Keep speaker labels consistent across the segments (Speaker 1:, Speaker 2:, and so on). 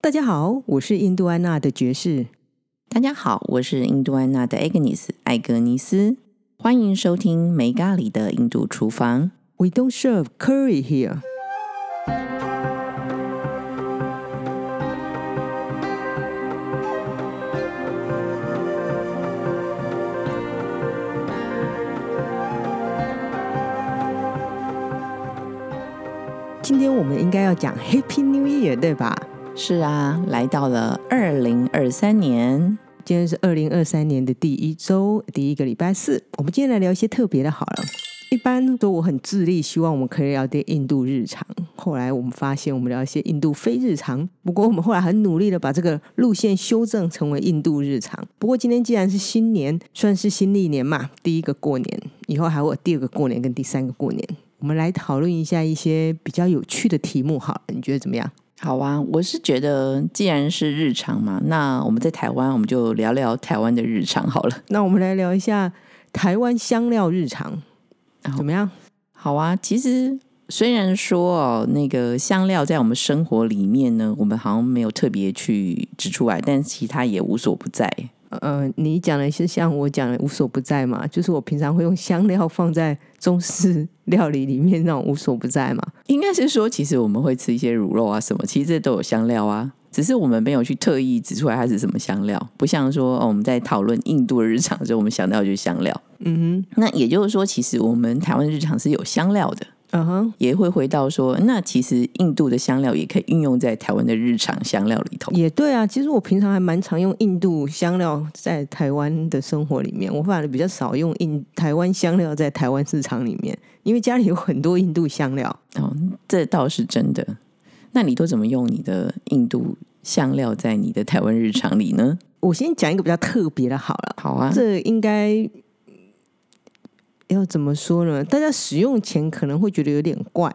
Speaker 1: 大家好，我是印度安娜的爵士。
Speaker 2: 大家好，我是印度安娜的 Agnes 艾格尼斯，欢迎收听没咖喱的印度厨房。
Speaker 1: We don't serve curry here。今天我们应该要讲 Happy New Year，对吧？
Speaker 2: 是啊，来到了二零二三年，
Speaker 1: 今天是二零二三年的第一周，第一个礼拜四。我们今天来聊一些特别的，好了。一般说我很致力，希望我们可以聊点印度日常。后来我们发现，我们聊一些印度非日常。不过我们后来很努力的把这个路线修正成为印度日常。不过今天既然是新年，算是新历年嘛，第一个过年，以后还会有第二个过年跟第三个过年。我们来讨论一下一些比较有趣的题目，好了，你觉得怎么样？
Speaker 2: 好啊，我是觉得既然是日常嘛，那我们在台湾，我们就聊聊台湾的日常好了。
Speaker 1: 那我们来聊一下台湾香料日常，啊怎么样？
Speaker 2: 好啊，其实虽然说哦，那个香料在我们生活里面呢，我们好像没有特别去指出来，但其他也无所不在。
Speaker 1: 呃，你讲的是像我讲的无所不在嘛，就是我平常会用香料放在中式料理里面那种无所不在嘛。
Speaker 2: 应该是说，其实我们会吃一些乳肉啊什么，其实这都有香料啊，只是我们没有去特意指出来它是什么香料，不像说哦我们在讨论印度的日常的时候，我们想到就是香料。
Speaker 1: 嗯
Speaker 2: 那也就是说，其实我们台湾日常是有香料的，
Speaker 1: 哼，嗯哼，
Speaker 2: 也会回到说，那其实印度的香料也可以运用在台湾的日常香料里头。
Speaker 1: 也对啊。其实我平常还蛮常用印度香料在台湾的生活里面，我反而比较少用印台湾香料在台湾市场里面，因为家里有很多印度香料。
Speaker 2: 哦，这倒是真的。那你都怎么用你的印度香料在你的台湾日常里呢？
Speaker 1: 我先讲一个比较特别的，好了。
Speaker 2: 好啊，
Speaker 1: 这应该嗯要怎么说呢？大家使用前可能会觉得有点怪，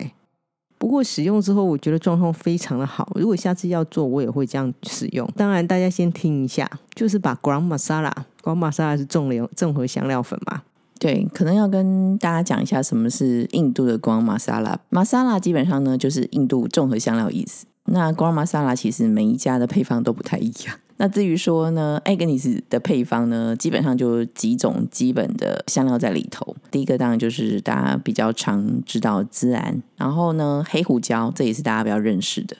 Speaker 1: 不过使用之后，我觉得状况非常的好。如果下次要做，我也会这样使用。当然，大家先听一下，就是把 garam masala，garam masala 是重联综合香料粉嘛，
Speaker 2: 对，可能要跟大家讲一下什么是印度的光马沙拉。马沙拉基本上呢就是印度综合香料意思。那光马沙拉其实每一家的配方都不太一样。那至于说呢，艾格尼斯的配方呢，基本上就几种基本的香料在里头。第一个当然就是大家比较常知道孜然，然后呢黑胡椒，这也是大家比较认识的。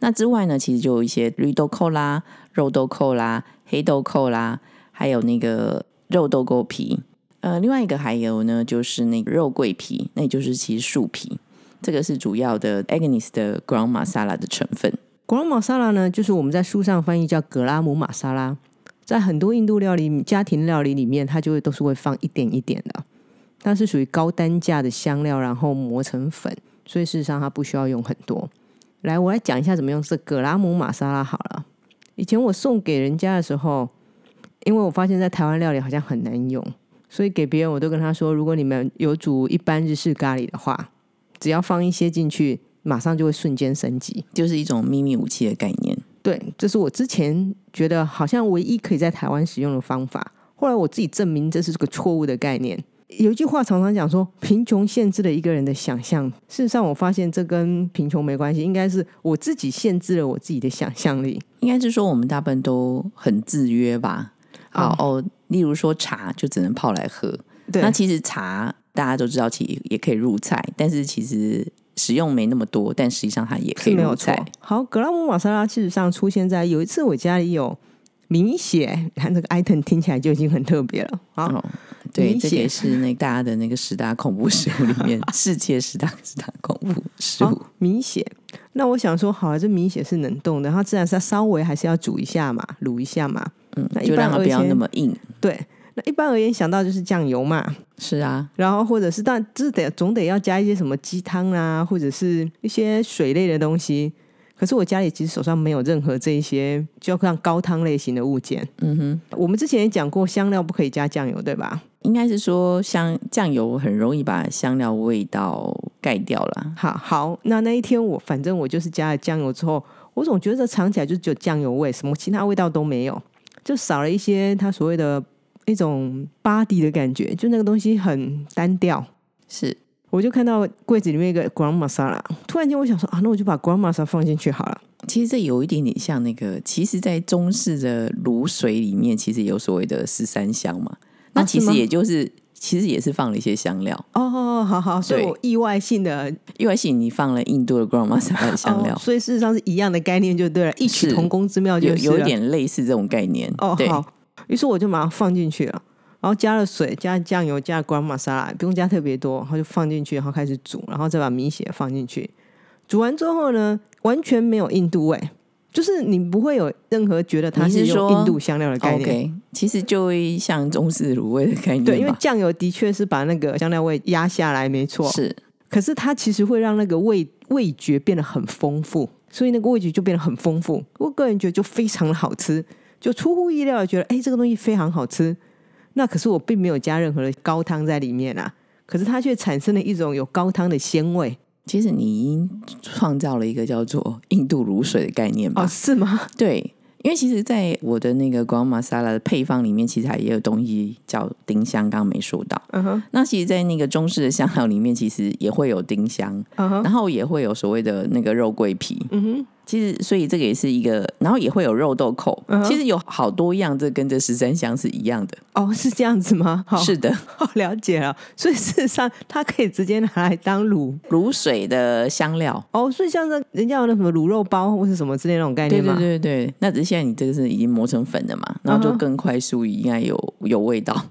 Speaker 2: 那之外呢，其实就有一些绿豆蔻啦、肉豆蔻啦、黑豆蔻啦，还有那个肉豆蔻皮。呃，另外一个还有呢，就是那个肉桂皮，那也就是其实树皮，这个是主要的 Agnes 的 Ground Masala 的成分。
Speaker 1: 果朗玛莎拉呢，就是我们在书上翻译叫格拉姆玛莎拉，在很多印度料理、家庭料理里面，它就会都是会放一点一点的，它是属于高单价的香料，然后磨成粉，所以事实上它不需要用很多。来，我来讲一下怎么用这格拉姆玛莎拉好了。以前我送给人家的时候，因为我发现在台湾料理好像很难用，所以给别人我都跟他说，如果你们有煮一般日式咖喱的话，只要放一些进去，马上就会瞬间升级。
Speaker 2: 就是一种秘密武器的概念。
Speaker 1: 对，这是我之前觉得好像唯一可以在台湾使用的方法。后来我自己证明这是个错误的概念。有一句话常常讲说，贫穷限制了一个人的想象。事实上，我发现这跟贫穷没关系，应该是我自己限制了我自己的想象力。
Speaker 2: 应该是说我们大部分都很制约吧？啊、哦，例如说茶就只能泡来喝，
Speaker 1: 嗯对
Speaker 2: 那，其实茶大家都知道，其实也可以入菜，但是其实使用没那么多，但实际上它也可
Speaker 1: 是
Speaker 2: 以
Speaker 1: 没
Speaker 2: 入
Speaker 1: 有错
Speaker 2: 菜。。
Speaker 1: 好，格拉姆玛莎拉事实上出现在有一次我家里有明血， 你看这个 item 听起来就已经很特别了。好，
Speaker 2: 哦，对，
Speaker 1: 理
Speaker 2: 这
Speaker 1: 解
Speaker 2: 个也是那大家的那个十大恐怖食物里面， 世界十大十大恐怖食
Speaker 1: 好
Speaker 2: 物。
Speaker 1: 米血。那我想说，好了，啊这米血是冷冻的，它自然是要稍微还是要煮一下嘛，卤一下嘛。
Speaker 2: 嗯
Speaker 1: 那，一
Speaker 2: 就
Speaker 1: 般
Speaker 2: 让它
Speaker 1: 而
Speaker 2: 不要
Speaker 1: 且
Speaker 2: 那么硬。
Speaker 1: 对，那一般而言想到就是酱油嘛，
Speaker 2: 是啊，
Speaker 1: 然后或者是但这得总得要加一些什么鸡汤啊，或者是一些水类的东西。可是我家里其实手上没有任何这一些，就像高汤类型的物件。
Speaker 2: 嗯哼，
Speaker 1: 我们之前也讲过，香料不可以加酱油，对吧？
Speaker 2: 应该是说香酱油很容易把香料味道盖掉啦。
Speaker 1: 好好，那那一天我反正我就是加了酱油之后，我总觉得这尝起来就只有酱油味，什么其他味道都没有，就少了一些它所谓的一种 body 的感觉，就那个东西很单调。
Speaker 2: 是，
Speaker 1: 我就看到柜子里面一个 Grand Masala，突然间我想说啊，那我就把 Grand Masala 放进去好了。
Speaker 2: 其实这有一点点像那个，其实，在中式的卤水里面，其实有所谓的十三香嘛。那其
Speaker 1: 啊是
Speaker 2: 实
Speaker 1: 吗
Speaker 2: 也就是，其实也是放了一些香料，
Speaker 1: 哦，好好，所以
Speaker 2: 对
Speaker 1: 我意外性的
Speaker 2: 因为是你放了印度的 g r a n d m a s a l a 的香料，
Speaker 1: 哦所以事实上是一样的概念就对了，异曲
Speaker 2: 是
Speaker 1: 同工之妙就
Speaker 2: 有
Speaker 1: 是
Speaker 2: 有一
Speaker 1: 了
Speaker 2: 点类似这种概念。
Speaker 1: 哦
Speaker 2: 对，
Speaker 1: 好，于是我就马上放进去了，然后加了水，加酱油，加 g r a m a s a l a 不用加特别多，然后就放进去，然后开始煮，然后再把米血放进去。煮完之后呢，完全没有印度味，就是你不会有任何觉得它
Speaker 2: 你是
Speaker 1: 是用
Speaker 2: 说哦
Speaker 1: 印度香料的概念。
Speaker 2: OK，其实就会像中式卤味的概念吧，
Speaker 1: 对，因为酱油的确是把那个香料味压下来，没错。
Speaker 2: 是
Speaker 1: 可是它其实会让那个味味觉变得很丰富，所以那个味觉就变得很丰富。我个人觉得就非常的好吃，就出乎意料的觉得，哎，这个东西非常好吃。那可是我并没有加任何的高汤在里面啊，可是它却产生了一种有高汤的鲜味
Speaker 2: 其实你已经创造了一个叫做印度卤水的概念吧？
Speaker 1: 哦，是吗？
Speaker 2: 对，因为其实，在我的那个光马沙拉的配方里面，其实还也有东西叫丁香，刚刚没说到。
Speaker 1: 嗯哼，
Speaker 2: 那其实，在那个中式的香料里面，其实也会有丁香，
Speaker 1: 嗯哼，
Speaker 2: 然后也会有所谓的那个肉桂皮。
Speaker 1: 嗯哼，
Speaker 2: 其实，所以这个也是一个，然后也会有肉豆蔻。
Speaker 1: 嗯哼
Speaker 2: 其实有好多样，这跟这十三香是一样的。
Speaker 1: 哦，是这样子吗？好，
Speaker 2: 是的，
Speaker 1: 好了解了。所以事实上，它可以直接拿来当卤
Speaker 2: 卤水的香料。
Speaker 1: 哦，所以像那人家有那什么卤肉包或是什么之类的那种概
Speaker 2: 对
Speaker 1: 念
Speaker 2: 对
Speaker 1: 吗？
Speaker 2: 对对，那只是现在你这个是已经磨成粉的嘛，然后
Speaker 1: 嗯
Speaker 2: 就
Speaker 1: 哼
Speaker 2: 更快速，应该有有味道。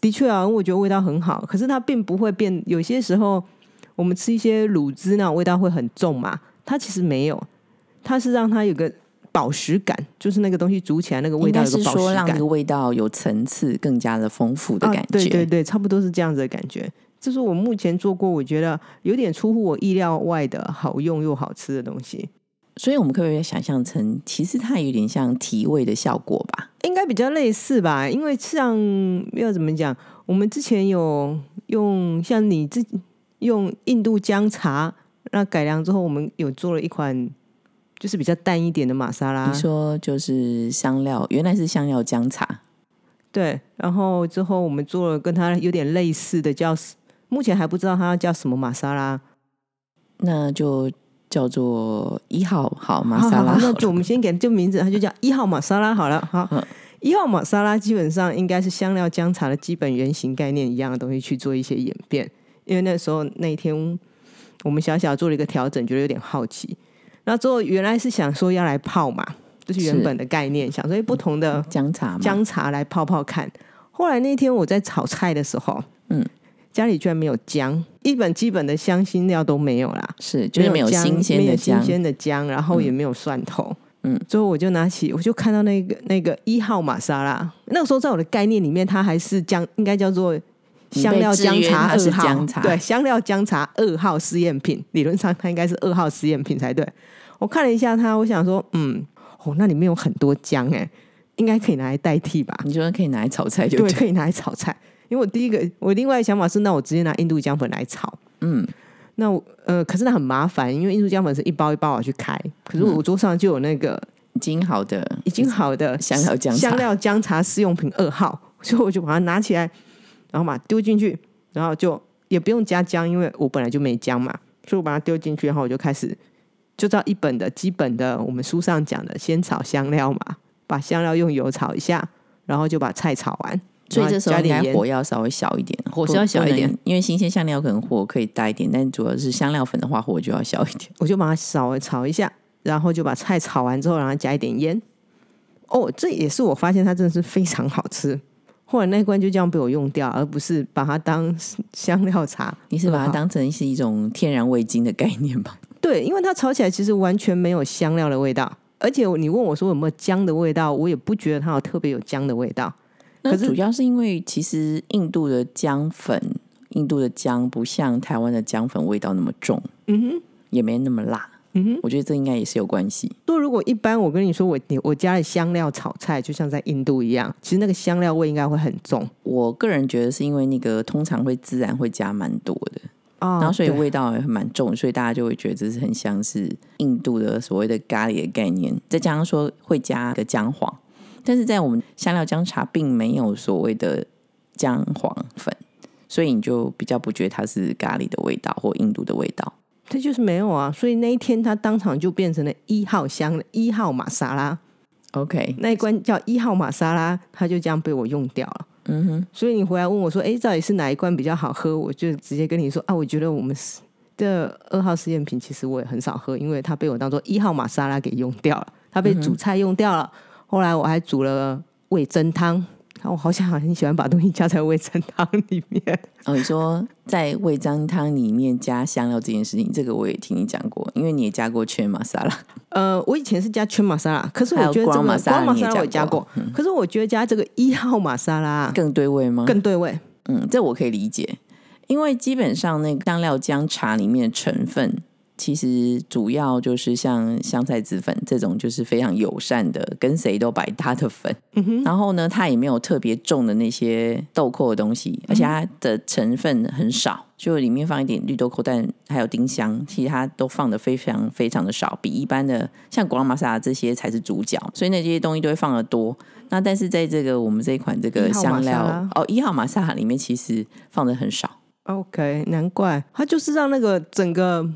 Speaker 1: 的确啊，我觉得味道很好，可是它并不会变。有些时候我们吃一些卤汁那种味道会很重嘛，它其实没有，它是让它有个饱食感，就是那个东西煮起来那个味
Speaker 2: 应
Speaker 1: 道
Speaker 2: 该
Speaker 1: 有个
Speaker 2: 是
Speaker 1: 饱
Speaker 2: 说
Speaker 1: 食
Speaker 2: 让这
Speaker 1: 感
Speaker 2: 个。味道有层次，更加的丰富的感觉。
Speaker 1: 啊，对对对，差不多是这样子的感觉。这是我目前做过，我觉得有点出乎我意料外的好用又好吃的东西，
Speaker 2: 所以我们可不可以想象成，其实它有点像提味的效果吧？
Speaker 1: 应该比较类似吧？因为像要怎么讲，我们之前有用像你自己用印度姜茶，那改良之后，我们有做了一款就是比较淡一点的玛莎拉
Speaker 2: 你，说就是香料，原来是香料姜茶，
Speaker 1: 对。然后之后我们做了跟它有点类似的叫，目前还不知道它叫什么玛莎拉。
Speaker 2: 那就叫做一号好玛
Speaker 1: 好好
Speaker 2: 莎拉
Speaker 1: 好
Speaker 2: 好
Speaker 1: 那
Speaker 2: 了。
Speaker 1: 就我们先给它这个名字，它就叫一号玛莎拉好了。好
Speaker 2: 嗯，
Speaker 1: 一号玛莎拉基本上应该是香料姜茶的基本原型概念一样的东西去做一些演变，因为那时候那一天我们小小做了一个调整，觉得有点好奇。那之后原来是想说要来泡嘛，就是原
Speaker 2: 是
Speaker 1: 本的概念，想说哎不同的
Speaker 2: 姜茶嘛，
Speaker 1: 姜茶来泡泡看。后来那天我在炒菜的时候，
Speaker 2: 嗯，
Speaker 1: 家里居然没有姜，一本基本的香辛料都没有啦。
Speaker 2: 是就是没有
Speaker 1: 姜
Speaker 2: 新鲜
Speaker 1: 没
Speaker 2: 的
Speaker 1: 有
Speaker 2: 姜
Speaker 1: 新，鲜的姜，然后也没有蒜头。
Speaker 2: 嗯
Speaker 1: 嗯，最后我就拿起，我就看到那个那个一号玛莎拉，那个时候在我的概念里面，它还是姜，应该叫做香料姜茶
Speaker 2: 你被制约它是
Speaker 1: 二号，
Speaker 2: 姜茶
Speaker 1: 对，香料姜茶二号试验品，理论上它应该是二号试验品才对。我看了一下它，我想说，嗯，哦，那里面有很多姜哎、应该可以拿来代替吧？
Speaker 2: 你说可以拿来 炒菜就
Speaker 1: 对，
Speaker 2: 对。
Speaker 1: 可以拿来炒菜。因为我第一个，我另外的想法是，那我直接拿印度姜粉来炒。
Speaker 2: 嗯，
Speaker 1: 那我呃，可是那很麻烦，因为印度姜粉是一包一包我去开，可
Speaker 2: 嗯
Speaker 1: 是我桌上就有那个
Speaker 2: 已经好的
Speaker 1: 已经好的
Speaker 2: 香料姜茶
Speaker 1: 香，料姜茶试用品二号， 所以我就把它拿起来，然后把它丢进去，然后就也不用加姜，因为我本来就没姜嘛，所以我把它丢进去，然后我就开始就照一本的基本的我们书上讲的，先炒香料嘛，把香料用油炒一下，然后就把菜炒完，
Speaker 2: 所以这时候
Speaker 1: 然后加点
Speaker 2: 应该
Speaker 1: 盐
Speaker 2: 火要稍微小一点，
Speaker 1: 火
Speaker 2: 不
Speaker 1: 是要小一，点
Speaker 2: 不能因为新鲜香料可能火可以大一点，但主要是香料粉的话，火就要小一点。
Speaker 1: 我就把它稍微炒一下，然后就把菜炒完之后，然后加一点盐。哦，这也是我发现它真的是非常好吃。后来那一罐就这样被我用掉，而不是把它当香料茶。
Speaker 2: 你是把它
Speaker 1: 好
Speaker 2: 当成是一种天然味精的概念吧？
Speaker 1: 对，因为它炒起来其实完全没有香料的味道，而且你问我说有没有姜的味道，我也不觉得它有特别有姜的味道。
Speaker 2: 那
Speaker 1: 可是
Speaker 2: 主要是因为其实印度的姜粉，印度的姜不像台湾的姜粉味道那么重，
Speaker 1: 嗯哼，
Speaker 2: 也没那么辣。
Speaker 1: 嗯哼。
Speaker 2: 我觉得这应该也是有关系。
Speaker 1: 说如果一般我跟你说我你我加了香料炒菜，就像在印度一样，其实那个香料味应该会很重
Speaker 2: 我个人觉得是因为那个通常会孜然会加蛮多的，
Speaker 1: 啊
Speaker 2: 然后所以
Speaker 1: 对
Speaker 2: 味道也蛮重，所以大家就会觉得这是很像是印度的所谓的咖喱的概念，再加上说会加个姜黄，但是在我们香料姜茶并没有所谓的姜黄粉，所以你就比较不觉得它是咖喱的味道或印度的味道。
Speaker 1: 这就是没有啊，所以那一天他当场就变成了一号香的一号玛莎拉，
Speaker 2: OK，
Speaker 1: 那一关叫一号玛莎拉，他就这样被我用掉了。
Speaker 2: 嗯哼，
Speaker 1: 所以你回来问我说，哎，到底是哪一罐比较好喝？我就直接跟你说啊，我觉得我们的二号试验品其实我也很少喝，因为它被我当做一号玛莎拉给用掉了，它被煮菜用掉了。后来我还煮了味噌汤，啊我好想很喜欢把东西加在味噌汤里面。
Speaker 2: 哦，你说在味噌汤里面加香料这件事情，这个我也听你讲过，因为你也加过圈玛莎拉。
Speaker 1: 呃，我以前是加圈玛莎拉，可是
Speaker 2: 还有
Speaker 1: 我觉得这个
Speaker 2: Grand
Speaker 1: 光玛
Speaker 2: Masala
Speaker 1: 莎
Speaker 2: 你也
Speaker 1: 拉我也
Speaker 2: 加
Speaker 1: 加
Speaker 2: 过嗯
Speaker 1: 过，可是我觉得加这个一号玛莎拉
Speaker 2: 更对味吗？
Speaker 1: 更对味。
Speaker 2: 嗯，这我可以理解，因为基本上那个香料姜茶里面的成分，其实主要就是像香菜籽粉这种，就是非常友善的，跟谁都百搭的粉。
Speaker 1: 嗯
Speaker 2: 然后呢，它也没有特别重的那些豆蔻的东
Speaker 1: 嗯
Speaker 2: 西，而且它的成分很少，就里面放一点绿豆蔻蛋，还有丁香，其实它都放的非常非常的少，比一般的像广玛莎这些才是主角，所以那些东西都会放的多。那但是在这个我们这一款这个
Speaker 1: 一号玛
Speaker 2: 香
Speaker 1: 莎
Speaker 2: 料
Speaker 1: 拉
Speaker 2: 哦一号玛莎里面，其实放的很少。
Speaker 1: 哦 OK，难怪它就是让那个整个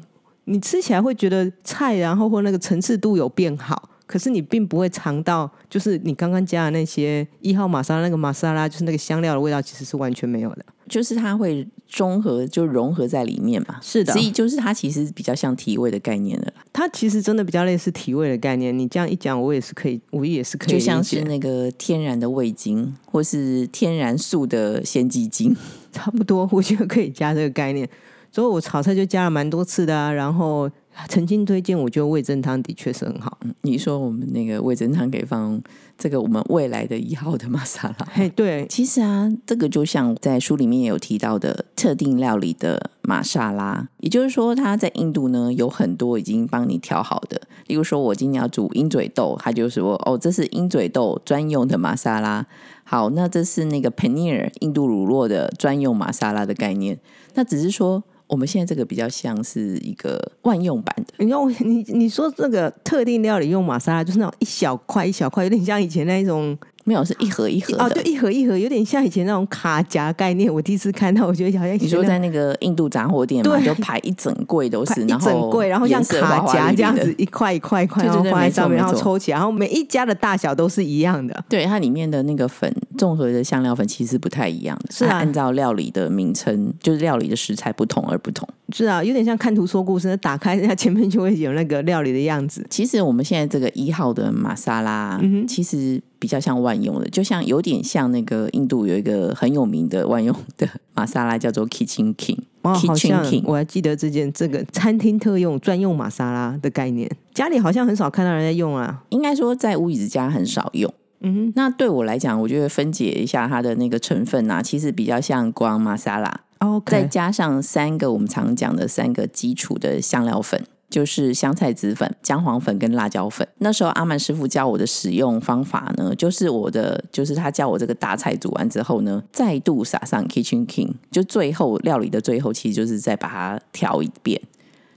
Speaker 1: 你吃起来会觉得菜，然后或那个层次度有变好，可是你并不会尝到，就是你刚刚加的那些一号玛莎拉那个玛莎拉，就是那个香料的味道，其实是完全没有的。
Speaker 2: 就是它会中和，就融合在里面嘛。
Speaker 1: 是的
Speaker 2: 所以就是它其实比较像提味的概念的啦，
Speaker 1: 它其实真的比较类似提味的概念。你这样一讲，我也是可以，我也是可以
Speaker 2: 就
Speaker 1: 理解，
Speaker 2: 像是那个天然的味精，或是天然素的鲜鸡精。
Speaker 1: 差不多，我觉得可以加这个概念。所以我炒菜就加了蛮多次的啊，然后曾经推荐，我觉得味噌汤的确是很好。
Speaker 2: 你说我们那个味增汤可以放这个我们未来的一号的 玛莎拉。
Speaker 1: 嘿，对，
Speaker 2: 其实啊，这个就像在书里面也有提到的特定料理的玛莎拉，也就是说，它在印度呢有很多已经帮你调好的。例如说，我今天要煮鹰嘴豆，它就说哦，这是鹰嘴豆专用的玛莎拉。好，那这是那个 paneer 印度乳酪的专用玛莎拉的概念。那只是说，我们现在这个比较像是一个万用版的。
Speaker 1: 你用你你说这个特定料理用玛莎拉，就是那种一小块一小块，有点像以前那一种
Speaker 2: 没有，是一盒一盒的。
Speaker 1: 哦，对，一盒一盒，有点像以前那种卡夹概念。我第一次看到，我觉得好像以
Speaker 2: 你
Speaker 1: 前
Speaker 2: 说
Speaker 1: 那
Speaker 2: 在那个印度杂货店嘛，
Speaker 1: 对
Speaker 2: 就排一整柜都是，
Speaker 1: 一整柜，然后像
Speaker 2: 颜色花
Speaker 1: 卡
Speaker 2: 花
Speaker 1: 夹
Speaker 2: 绿绿
Speaker 1: 这样
Speaker 2: 的
Speaker 1: 子，一块一块一块，
Speaker 2: 对对
Speaker 1: 然后
Speaker 2: 对
Speaker 1: 放在
Speaker 2: 没错
Speaker 1: 上面，
Speaker 2: 没
Speaker 1: 然后
Speaker 2: 错
Speaker 1: 抽起来，然后每一家的大小都是一样的。
Speaker 2: 对，它里面的那个粉，综合的香料粉其实不太一样的，
Speaker 1: 是啊
Speaker 2: 它按照料理的名称，就是料理的食材不同而不同。
Speaker 1: 是啊，有点像看图说故事，那打开人家前面就会有那个料理的样子。
Speaker 2: 其实我们现在这个一号的玛莎拉，
Speaker 1: 嗯
Speaker 2: 其实比较像万用的，就像有点像那个印度有一个很有名的万用的 玛莎拉，叫做 Kitchen King。
Speaker 1: 哦，好
Speaker 2: Kitchen
Speaker 1: 像
Speaker 2: King，
Speaker 1: 我还记得这件这个餐厅特用专用玛莎拉的概念，家里好像很少看到人家用啊。
Speaker 2: 应该说在乌椅子家很少用。
Speaker 1: 嗯
Speaker 2: 那对我来讲，我觉得分解一下它的那个成分啊，其实比较像光玛莎拉，
Speaker 1: 哼
Speaker 2: 再
Speaker 1: 哦，OK，
Speaker 2: 加上三个我们常讲的三个基础的香料粉，就是香菜籽粉、姜黄粉跟辣椒粉。那时候阿曼师傅教我的使用方法呢，就是我的，就是他教我这个大菜煮完之后呢，再度撒上 Kitchen King，就最后料理的最后，其实就是再把它调一遍。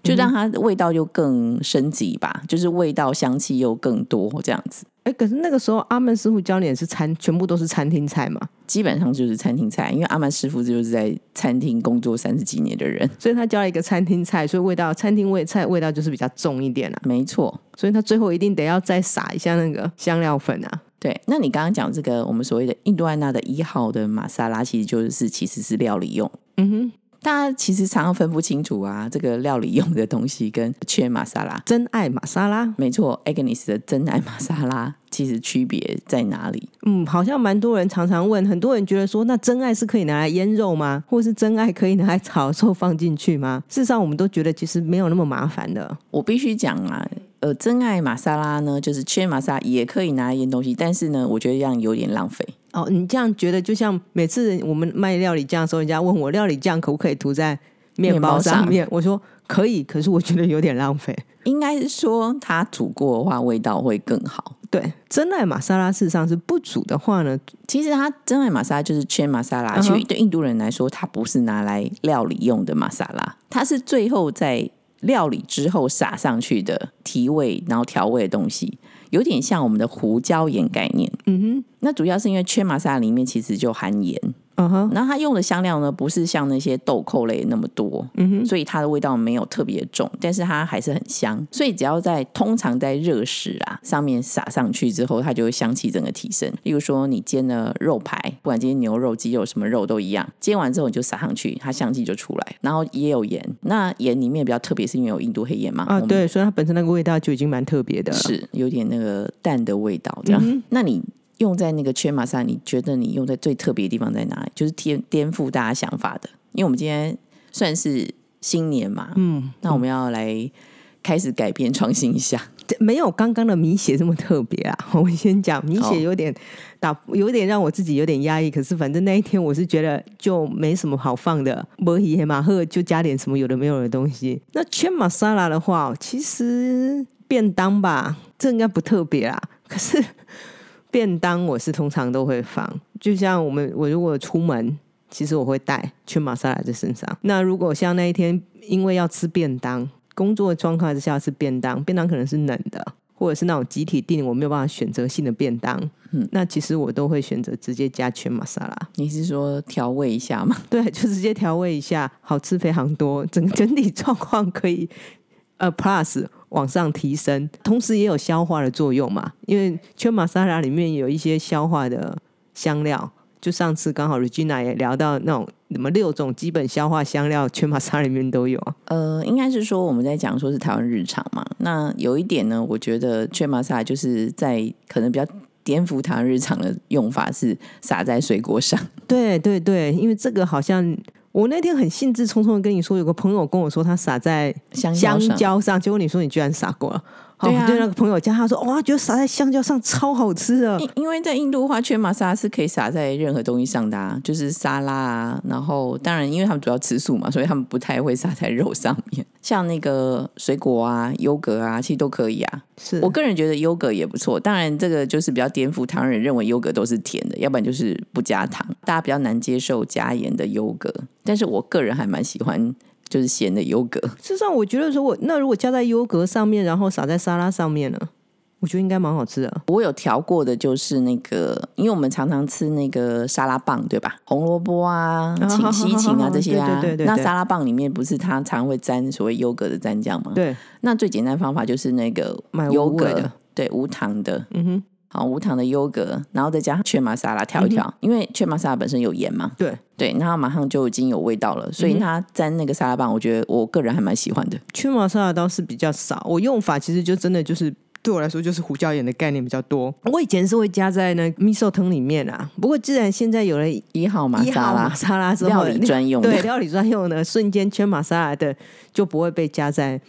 Speaker 2: 就让它味道就更升级吧，就是味道香气又更多这样子。
Speaker 1: 哎，可是那个时候阿门师傅教你的是餐，全部都是餐厅菜嘛，
Speaker 2: 基本上就是餐厅菜，因为阿曼师傅就是在餐厅工作三十几年的人，
Speaker 1: 所以他教了一个餐厅菜，所以味道餐厅味菜味道就是比较重一点啊，
Speaker 2: 没错。
Speaker 1: 所以他最后一定得要再撒一下那个香料粉啊。
Speaker 2: 对，那你刚刚讲这个我们所谓的印度安娜的一号的玛莎拉，其实就是其实是料理用。
Speaker 1: 嗯哼，
Speaker 2: 大家其实常常分不清楚啊，这个料理用的东西跟缺玛莎拉。
Speaker 1: 真爱玛莎拉，
Speaker 2: 没错，Agnes 的真爱玛莎拉其实区别在哪里？
Speaker 1: 嗯，好像蛮多人常常问，很多人觉得说，那真爱是可以拿来腌肉吗？或是真爱可以拿来炒的时候放进去吗？事实上，我们都觉得其实没有那么麻烦的。
Speaker 2: 我必须讲啊，呃，真爱玛莎拉呢，就是缺玛莎也可以拿来腌东西，但是呢，我觉得这样有点浪费。
Speaker 1: 哦，你这样觉得，就像每次我们卖料理酱的时候，人家问我料理酱可不可以涂在面包上面，我说可以，可是我觉得有点浪费。
Speaker 2: 应该是说它煮过的话，味道会更好。
Speaker 1: 对，真爱玛莎拉事实上是不煮的话呢，
Speaker 2: 其实它真爱玛莎拉就是圈玛莎拉，
Speaker 1: 嗯哼
Speaker 2: 其实对印度人来说，它不是拿来料理用的玛莎拉，它是最后在料理之后撒上去的提味，然后调味的东西，有点像我们的胡椒盐概念。
Speaker 1: 嗯
Speaker 2: 那主要是因为圈玛莎拉里面其实就含盐，
Speaker 1: 哼，嗯哼，
Speaker 2: 然后它用的香料呢，不是像那些豆蔻类那么多，
Speaker 1: 嗯哼，
Speaker 2: 所以它的味道没有特别重，但是它还是很香。所以只要在通常在热食啊上面撒上去之后，它就会香气整个提升。例如说你煎了肉排，不管今天牛肉、鸡肉什么肉都一样，煎完之后你就撒上去，它香气就出来。然后也有盐，那盐里面比较特别，是因为有印度黑盐嘛，
Speaker 1: 啊，
Speaker 2: 我们
Speaker 1: 对，所以它本身那个味道就已经蛮特别的了。
Speaker 2: 是有点那个蛋的味道这样。那你用在那个缺玛莎，你觉得你用在最特别的地方在哪里？就是颠颠覆大家想法的，因为我们今天算是新年嘛，嗯，那我们要来开始改变创新一下。
Speaker 1: 这没有刚刚的米血这么特别啊。 我先讲米
Speaker 2: 哦
Speaker 1: 血有点打，有点让我自己有点压抑。可是反正那一天我是觉得就没什么好放的，摩伊黑马赫就加点什么有的没有的东西。那圈马沙拉的话，其实便当吧，这应该不特别啦。可是便当我是通常都会放，就像我们我如果出门。其实我会带圈马沙拉在身上。那如果像那一天，因为要吃便当，工作状况之下是便当，便当可能是冷的，或者是那种集体订，我没有办法选择性的便当。嗯，那其实我都会选择直接加全玛莎拉，
Speaker 2: 你是说调味一下吗？
Speaker 1: 对，就直接调味一下，好吃非常多，整个整体状况可以呃 plus 往上提升，同时也有消化的作用嘛，因为全玛莎拉里面有一些消化的香料。就上次刚好 Regina 也聊到那种什么六种基本消化香料，全玛莎里面都有啊。
Speaker 2: 呃，应该是说我们在讲说是台湾日常嘛。那有一点呢，我觉得雀玛莎就是在可能比较颠覆台湾日常的用法是撒在水果上。
Speaker 1: 对对对，因为这个好像我那天很兴致冲冲的跟你说，有个朋友跟我说他撒在
Speaker 2: 香
Speaker 1: 香
Speaker 2: 上
Speaker 1: 蕉上，结果你说你居然撒过了。好，
Speaker 2: 对啊
Speaker 1: 我就那个朋友家，他说哇，觉得撒在香蕉上超好吃的。
Speaker 2: 因因为在印度的话，圈玛莎是可以撒在任何东西上的、啊，就是沙拉啊。然后，当然，因为他们主要吃素嘛，所以他们不太会撒在肉上面。像那个水果啊、优格啊，其实都可以啊。
Speaker 1: 是
Speaker 2: 我个人觉得优格也不错。当然，这个就是比较颠覆唐人认为优格都是甜的，要不然就是不加糖，大家比较难接受加盐的优格。但是我个人还蛮喜欢就是咸的优格。
Speaker 1: 事实上，我觉得说我那如果加在优格上面，然后撒在沙拉上面呢，我觉得应该蛮好吃的。
Speaker 2: 我有调过的就是那个，因为我们常常吃那个沙拉棒，对吧？红萝卜啊、
Speaker 1: 啊
Speaker 2: 芹西芹 啊这些啊，
Speaker 1: 对对对对对
Speaker 2: 那沙拉棒里面不是它常会沾所谓优格的蘸酱吗？
Speaker 1: 对，
Speaker 2: 那最简单方法就是那个
Speaker 1: 买无
Speaker 2: 优
Speaker 1: 味
Speaker 2: 格
Speaker 1: 的，
Speaker 2: 对，无糖的。
Speaker 1: 嗯哼，
Speaker 2: 好，无糖的优格，然后再加上雀玛莎拉调
Speaker 1: 嗯
Speaker 2: 一调，因为雀玛莎拉本身有盐嘛，
Speaker 1: 对，
Speaker 2: 对，那它马上就已经有味道了，
Speaker 1: 嗯
Speaker 2: 所以它沾那个沙拉棒，我觉得我个人还蛮喜欢的。
Speaker 1: 去玛莎拉倒是比较少，我用法其实就真的就是。对我来说，就是胡椒盐的概念比较多。我以前是会加在那米寿汤里面啊，不过既然现在有了
Speaker 2: 一号玛
Speaker 1: 一
Speaker 2: 莎
Speaker 1: 号
Speaker 2: 拉
Speaker 1: 玛莎拉之
Speaker 2: 料
Speaker 1: 后，
Speaker 2: 理专用的
Speaker 1: 对，料理专用的瞬间圈玛莎拉的就不会被加在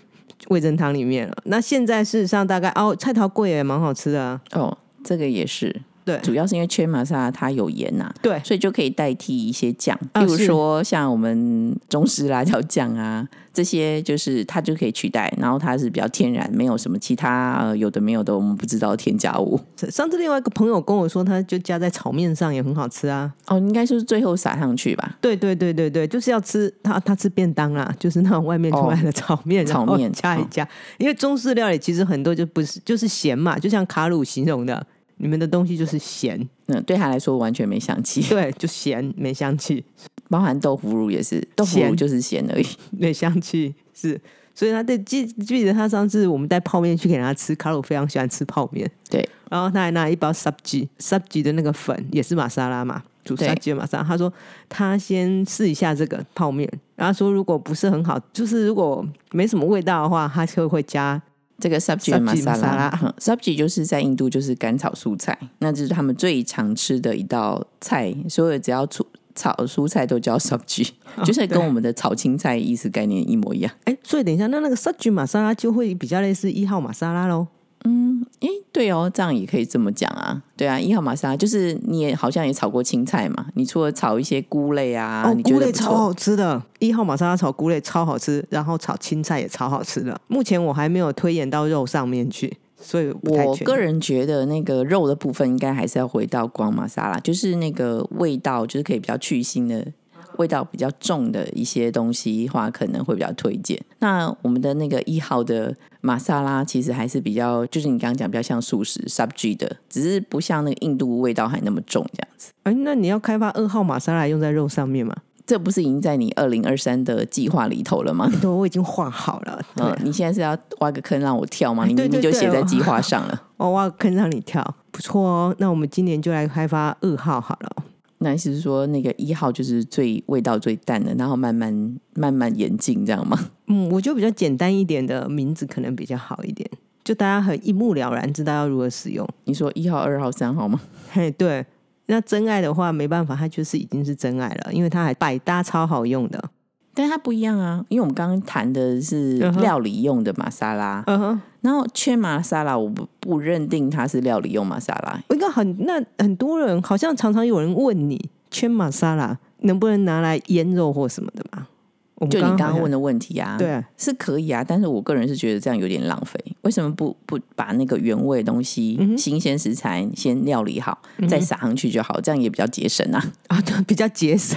Speaker 1: 味噌汤里面了。那现在事实上大概哦，菜头粿也蛮好吃的、啊，
Speaker 2: 哦，这个也是，
Speaker 1: 对
Speaker 2: 主要是因为缺玛莎拉它有盐呐、
Speaker 1: 对
Speaker 2: 所以就可以代替一些酱，比
Speaker 1: 啊
Speaker 2: 如
Speaker 1: 是
Speaker 2: 说像我们中式辣椒酱啊，这些就是它就可以取代，然后它是比较天然，没有什么其他、呃、有的没有的我们不知道的添加物。
Speaker 1: 上次另外一个朋友跟我说，他就加在炒面上也很好吃啊。
Speaker 2: 哦，应该就是最后撒上去吧，
Speaker 1: 对对对对对，就是要吃他他吃便当啦，就是那种外面出来的炒面，然后
Speaker 2: 哦炒面
Speaker 1: 加一加。因为中式料理其实很多就不是就是咸嘛，就像卡鲁形容的，你们的东西就是咸，
Speaker 2: 那对他来说完全没香气，
Speaker 1: 对，就咸没香气。
Speaker 2: 包含豆腐乳也是，豆腐乳
Speaker 1: 咸
Speaker 2: 就是咸而已。
Speaker 1: 对，香气是，所以他对记记得他上次我们带泡面去给他吃，卡鲁非常喜欢吃泡面，
Speaker 2: 对，
Speaker 1: 然后他还拿一包 subji subji 的那个粉，也是玛莎拉嘛，煮
Speaker 2: 对
Speaker 1: subji 的玛莎拉，他说他先试一下这个泡面，然后他说如果不是很好，就是如果没什么味道的话，他就会加
Speaker 2: 这个 subji
Speaker 1: Sabji
Speaker 2: 玛莎
Speaker 1: masala
Speaker 2: 拉，subji 就是在印度就是甘草蔬菜，那就是他们最常吃的一道菜，所有只要出炒蔬菜都叫 subji，、就是
Speaker 1: 哦
Speaker 2: 跟我们的炒青菜意思概念一模一样。
Speaker 1: 哎，所以等一下，那那个 subji 玛莎拉就会比较类似一号玛莎拉喽。
Speaker 2: 诶，对哦，这样也可以这么讲啊，对啊，一号玛莎拉就是你也好像也炒过青菜嘛，你除了炒一些菇类啊，
Speaker 1: 哦
Speaker 2: 你，觉
Speaker 1: 菇
Speaker 2: 得
Speaker 1: 类
Speaker 2: 不
Speaker 1: 超
Speaker 2: 错。
Speaker 1: 好吃的，一号玛莎拉炒菇类超好吃，然后炒青菜也超好吃的。目前我还没有推演到肉上面去，所以不太
Speaker 2: 我
Speaker 1: 确定
Speaker 2: 个人觉得那个肉的部分应该还是要回到光玛莎拉，就是那个味道，就是可以比较去腥的味道比较重的一些东西的话，可能会比较推荐。那我们的那个一号的玛莎拉其实还是比较，就是你刚刚讲比较像素食 sub G 的，只是不像那个印度味道还那么重这样子。
Speaker 1: 哎，那你要开发二号玛莎拉用在肉上面吗？
Speaker 2: 这不是已经在你二零二三的计划里头了吗？
Speaker 1: 对，我已经画好了。对，啊哎
Speaker 2: 嗯，你现在是要挖个坑让我跳吗？你
Speaker 1: 对
Speaker 2: 明
Speaker 1: 对
Speaker 2: 明就
Speaker 1: 对
Speaker 2: 写在
Speaker 1: 我
Speaker 2: 计划上了，
Speaker 1: 哦我挖个坑让你跳，不错哦。那我们今年就来开发二号好了。
Speaker 2: 那意思是说那个一号就是最味道最淡的，然后慢慢慢慢演进这样吗？
Speaker 1: 嗯，我就比较简单一点的名字可能比较好一点，就大家很一目了然，知道要如何使用。
Speaker 2: 你说一号、二号、三号吗？
Speaker 1: 嘿，对。那真爱的话，没办法，它就是已经是真爱了，因为它还百搭，超好用的。
Speaker 2: 但它不一样啊，因为我们刚刚谈的是
Speaker 1: 嗯哼
Speaker 2: 料理用的玛莎拉，
Speaker 1: 嗯哼，
Speaker 2: 然后缺玛莎拉，我不不认定它是料理用玛莎拉。
Speaker 1: 应该很那很多人好像常常有人问你，圈玛莎拉能不能拿来腌肉或什么的吧？我们
Speaker 2: 就你刚刚问
Speaker 1: 的，
Speaker 2: 的问题啊，
Speaker 1: 对，啊，
Speaker 2: 是可以啊，但是我个人是觉得这样有点浪费。为什么不不把那个原味的东西、新鲜食材先料理好，再撒上去就好，这样也比较节省啊。
Speaker 1: 啊，对，比较节省，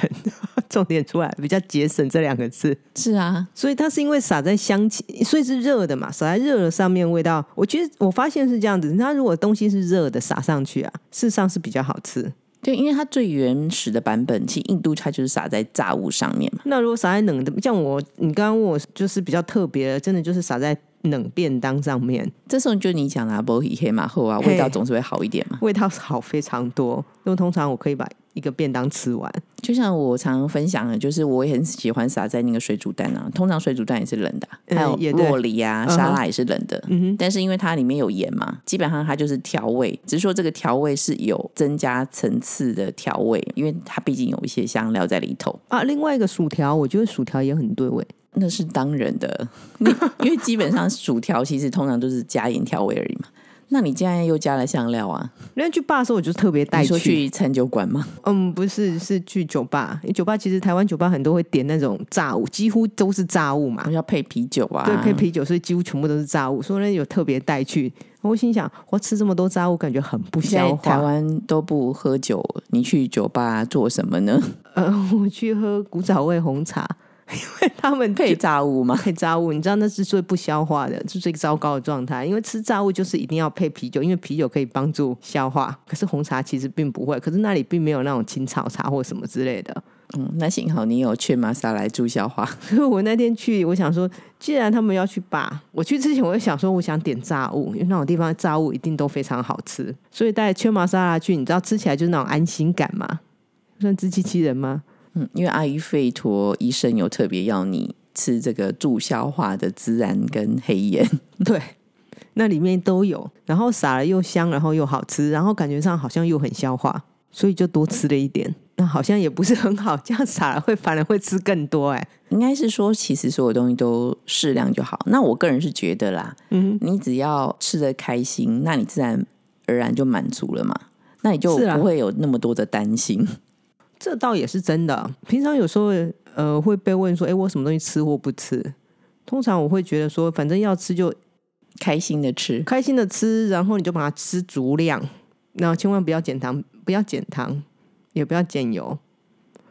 Speaker 1: 重点出来，比较节省这两个字。
Speaker 2: 是啊，
Speaker 1: 所以它是因为撒在香气，所以是热的嘛，撒在热的上面，味道，我觉得我发现是这样子。它如果东西是热的撒上去啊，事实上是比较好吃。
Speaker 2: 对，因为它最原始的版本，其实印度它就是撒在炸物上面嘛。
Speaker 1: 那如果撒在冷的，像我，你刚刚问我，就是比较特别的，真的就是撒在冷便当上面，
Speaker 2: 这时候就你讲啦、啊，波黑黑马后啊，
Speaker 1: 嘿
Speaker 2: 味道总是会好一点嘛。
Speaker 1: 味道好非常多。因为通常我可以把一个便当吃完。
Speaker 2: 就像我常分享的，就是我也很喜欢撒在那个水煮蛋啊，通常水煮蛋也是冷的啊、
Speaker 1: 嗯
Speaker 2: 还有
Speaker 1: 也对
Speaker 2: 洛梨啊、
Speaker 1: 嗯哼
Speaker 2: 沙拉也是冷的。
Speaker 1: 嗯哼，
Speaker 2: 但是因为它里面有盐嘛，基本上它就是调味，只是说这个调味是有增加层次的调味，因为它毕竟有一些香料在里头，
Speaker 1: 啊，另外一个薯条，我觉得薯条也很对味。
Speaker 2: 那是当然的。你 因为基本上薯条其实通常都是加盐调味而已嘛，那你既然又加了香料啊，
Speaker 1: 那去爸的时候，我就特别带
Speaker 2: 你说去餐酒馆吗？
Speaker 1: 嗯，不是，是去酒吧。因为酒吧其实台湾酒吧很多会点那种炸物，几乎都是炸物嘛
Speaker 2: 我。要配啤酒嗯啊，
Speaker 1: 对，配啤酒，所以几乎全部都是炸物。所以呢，有特别带去。我心想，我吃这么多炸物，感觉很不
Speaker 2: 现在
Speaker 1: 消
Speaker 2: 台
Speaker 1: 化。
Speaker 2: 湾都不喝酒，你去酒吧做什 么呢？
Speaker 1: 呃，我去喝古早味红茶， 因为他们
Speaker 2: 配
Speaker 1: 就
Speaker 2: 炸物吗？
Speaker 1: 配炸物，你知道那是最不消化的，是最糟糕的状态。因为吃炸物就是一定要配啤酒，因为啤酒可以帮助消化。可是红茶其实并不会，可是那里并没有那种青草茶或什么之类的。
Speaker 2: 嗯，那幸好你有去玛莎来助消化。
Speaker 1: 所以我那天去，我想说，既然他们要去吧，我去之前我就想说，我想点炸物，因为那种地方的炸物一定都非常好吃。所以带圈玛莎拉去，你知道吃起来就是那种安心感嘛，算自欺欺人吗？
Speaker 2: 嗯，因为阿育吠陀医生有特别要你吃这个助消化的孜然跟黑盐，
Speaker 1: 对，那里面都有，然后撒了又香，然后又好吃，然后感觉上好像又很消化，所以就多吃了一点。那好像也不是很好，这样撒了会反而会吃更多哎、
Speaker 2: 应该是说其实所有东西都适量就好。那我个人是觉得啦，
Speaker 1: 嗯，
Speaker 2: 你只要吃的开心，那你自然而然就满足了嘛。那你就是
Speaker 1: 啊
Speaker 2: 不会有那么多的担心，
Speaker 1: 这倒也是真的。平常有时候呃会被问说，哎，我什么东西吃或不吃？通常我会觉得说，反正要吃就
Speaker 2: 开心的吃。
Speaker 1: 开心的吃，然后你就把它吃足量，然后千万不要减糖，不要减糖，也不要减油。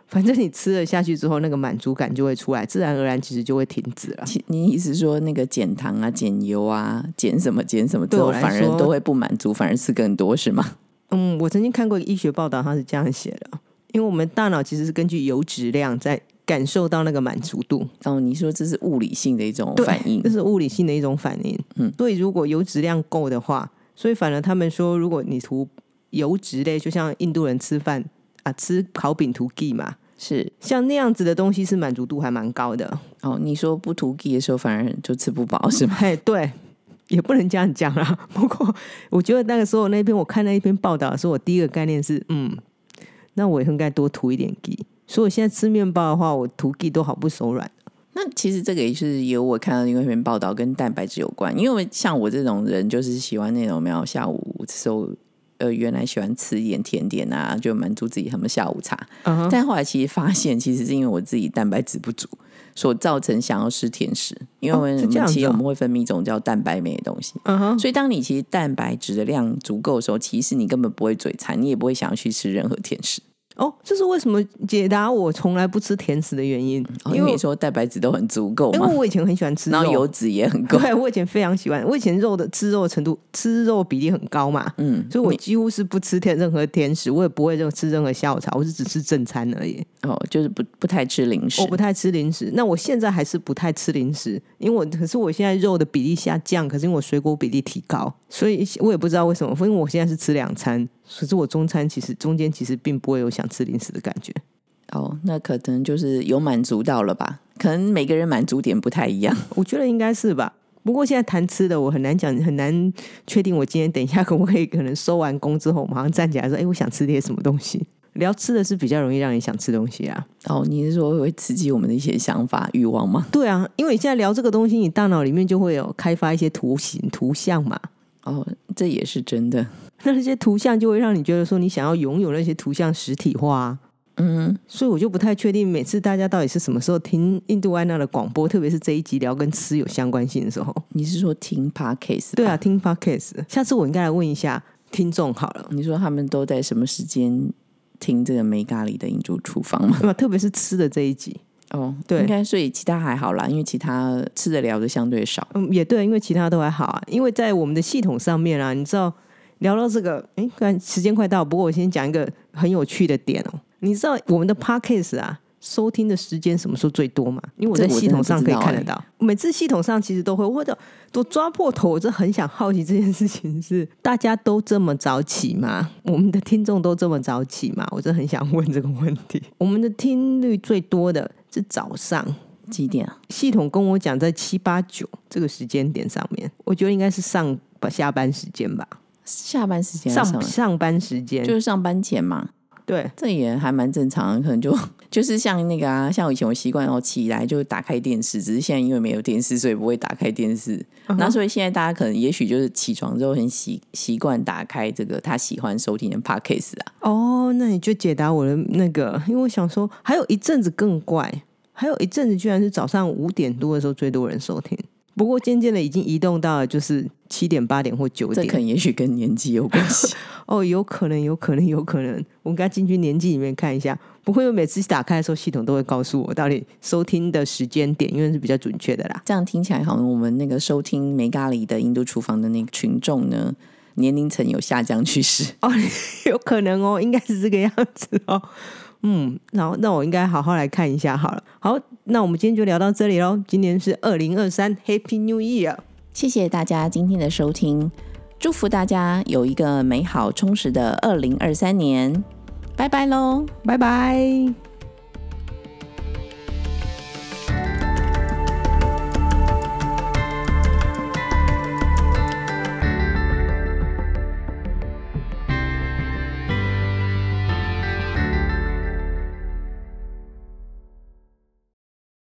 Speaker 1: 反正你吃了下去之后，那个满足感就会出来，自然而然其实就会停止了。
Speaker 2: 其你意思说那个减糖啊、减油啊、减什么减什么之
Speaker 1: 对
Speaker 2: 后，
Speaker 1: 我来
Speaker 2: 反而
Speaker 1: 说
Speaker 2: 都会不满足，反而吃更多是吗？
Speaker 1: 嗯，我曾经看过一个医学报道，它是这样写的：，啊因为我们大脑其实是根据油脂量在感受到那个满足度，
Speaker 2: 哦，你说这是物理性的一种
Speaker 1: 对
Speaker 2: 哦反应
Speaker 1: 这，是物理性的一种反应。
Speaker 2: 嗯
Speaker 1: 嗯，所以如果油脂量够的话，所以反而他们说，如果你涂油脂类，就像印度人吃饭啊，吃烤饼涂 g 嘛，
Speaker 2: 是
Speaker 1: 像那样子的东西是满足度还蛮高的。
Speaker 2: 哦。你说不涂 g 的时候，反而就吃不饱是 吗？
Speaker 1: 嘿，对。也不能这样讲啊。 不过，我觉得那个时候那篇我看那一篇报道的时候，我第一个概念是，嗯，那我也应该多涂一点 g 所以我现在吃面包的话，我涂 g 都好不手软。
Speaker 2: 那其实这个也是有我看到另外一篇报道跟蛋白质有关，因为像我这种人就是喜欢那种没有下午时候。呃，原来喜欢吃一点甜点啊，就满足自己他们下午茶。
Speaker 1: 嗯哼
Speaker 2: 但后来其实发现，其实是因为我自己蛋白质不足，所造成想要吃甜食。因为我们、
Speaker 1: 哦是
Speaker 2: 我
Speaker 1: 这
Speaker 2: 们
Speaker 1: 样子哦
Speaker 2: 其实我们会分泌一种叫蛋白酶的东西，
Speaker 1: 嗯哼，
Speaker 2: 所以当你其实蛋白质的量足够的时候，其实你根本不会嘴馋，你也不会想要去吃任何甜食。
Speaker 1: 哦，这是为什么解答我从来不吃甜食的原因，
Speaker 2: 哦因
Speaker 1: 因
Speaker 2: 为
Speaker 1: 为
Speaker 2: 你说蛋白质都很足够
Speaker 1: 因
Speaker 2: 嘛
Speaker 1: 为，我以前很喜欢吃肉，
Speaker 2: 然后油脂也很够。
Speaker 1: 对我以前非常喜欢，我以前肉的吃肉的程度吃肉比例很高嘛，
Speaker 2: 嗯，
Speaker 1: 所以我几乎是不吃甜任何甜食，我也不会任吃任何下午茶，我是只吃正餐而已。
Speaker 2: 哦，就是不不太吃零食
Speaker 1: 我。不太吃零食，那我现在还是不太吃零食，因为我可是我现在肉的比例下降，可是因为我水果比例提高，所以我也不知道为什么，因为我现在是吃两餐，可是我中餐其实中间其实并不会有想吃零食的感觉。
Speaker 2: 哦，那可能就是有满足到了吧？可能每个人满足点不太一样。
Speaker 1: 我觉得应该是吧。不过现在谈吃的，我很难讲，很难确定。我今天等一下可不可以，可能收完工之后，马上站起来说：“哎，我想吃点什么东西。”聊吃的是比较容易让人想吃东西啊。
Speaker 2: 哦，你是说会刺激我们的一些想法、欲望吗？
Speaker 1: 对啊，因为你现在聊这个东西，你大脑里面就会有开发一些图形、图像嘛。
Speaker 2: 哦，这也是真的。
Speaker 1: 那那些图像就会让你觉得说，你想要拥有那些图像实体化、啊。
Speaker 2: 嗯，
Speaker 1: 所以我就不太确定，每次大家到底是什么时候听印度安娜的广播，特别是这一集聊跟吃有相关性的时候。
Speaker 2: 你是说听 podcast？
Speaker 1: 对
Speaker 2: 吧
Speaker 1: 啊，，听 podcast，下次我应该来问一下听众好了。
Speaker 2: 你说他们都在什么时间听这个梅咖喱的印度厨房吗？
Speaker 1: 那么特别是吃的这一集，
Speaker 2: 哦，
Speaker 1: 对
Speaker 2: 应该所以其他还好啦，因为其他吃的聊的相对少。
Speaker 1: 嗯，也对，因为其他都还好啊，因为在我们的系统上面啊，你知道聊到这个，哎，看时间快到，不过我先讲一个很有趣的点哦，你知道我们的 podcast 啊。收听的时间什么时候最多嘛？因为我在系统上可以看得
Speaker 2: 这我真的不知欸
Speaker 1: 到，每次系统上其实都会，或者都抓破头，我就很想好奇这件事情是大家都这么早起吗？我们的听众都这么早起吗？我真的很想问这个问题。我们的听率最多的是早上，
Speaker 2: 几点啊？
Speaker 1: 系统跟我讲在七八九这个时间点上面，我觉得应该是上下班时间吧，
Speaker 2: 下班时间啊
Speaker 1: 上上班时间
Speaker 2: 就是上班前嘛，
Speaker 1: 对。
Speaker 2: 这也还蛮正常，可能就就是像那个啊，像我以前我习惯哦起来就打开电视，只是现在因为没有电视，所以不会打开电视。那所以现在大家可能也许就是起床之后很习习惯打开这个他喜欢收听的 podcast 啊，
Speaker 1: 哦，那你就解答我的那个，因为我想说，还有一阵子更怪，还有一阵子居然是早上五点多的时候最多人收听，不过渐渐的已经移动到了就是七点、八点或九
Speaker 2: 这可
Speaker 1: 点。
Speaker 2: 能也许跟年纪有关系。
Speaker 1: 哦，有可能，有可能，有可能，我应该进去年纪里面看一下。不会，我每次打开的时候，系统都会告诉我到底收听的时间点，因为是比较准确的啦。
Speaker 2: 这样听起来好像我们那个收听梅咖喱的印度厨房的那个群众呢，年龄层有下降趋势。
Speaker 1: 哦， 有可能哦，应该是这个样子哦。 嗯，然后那我应该好好来看一下好了。好，那我们今天就聊到这里喽。今年是二零二三，Happy New Year！
Speaker 2: 谢谢大家今天的收听，祝福大家有一个美好充实的二零二三年，拜拜喽。
Speaker 1: 拜拜。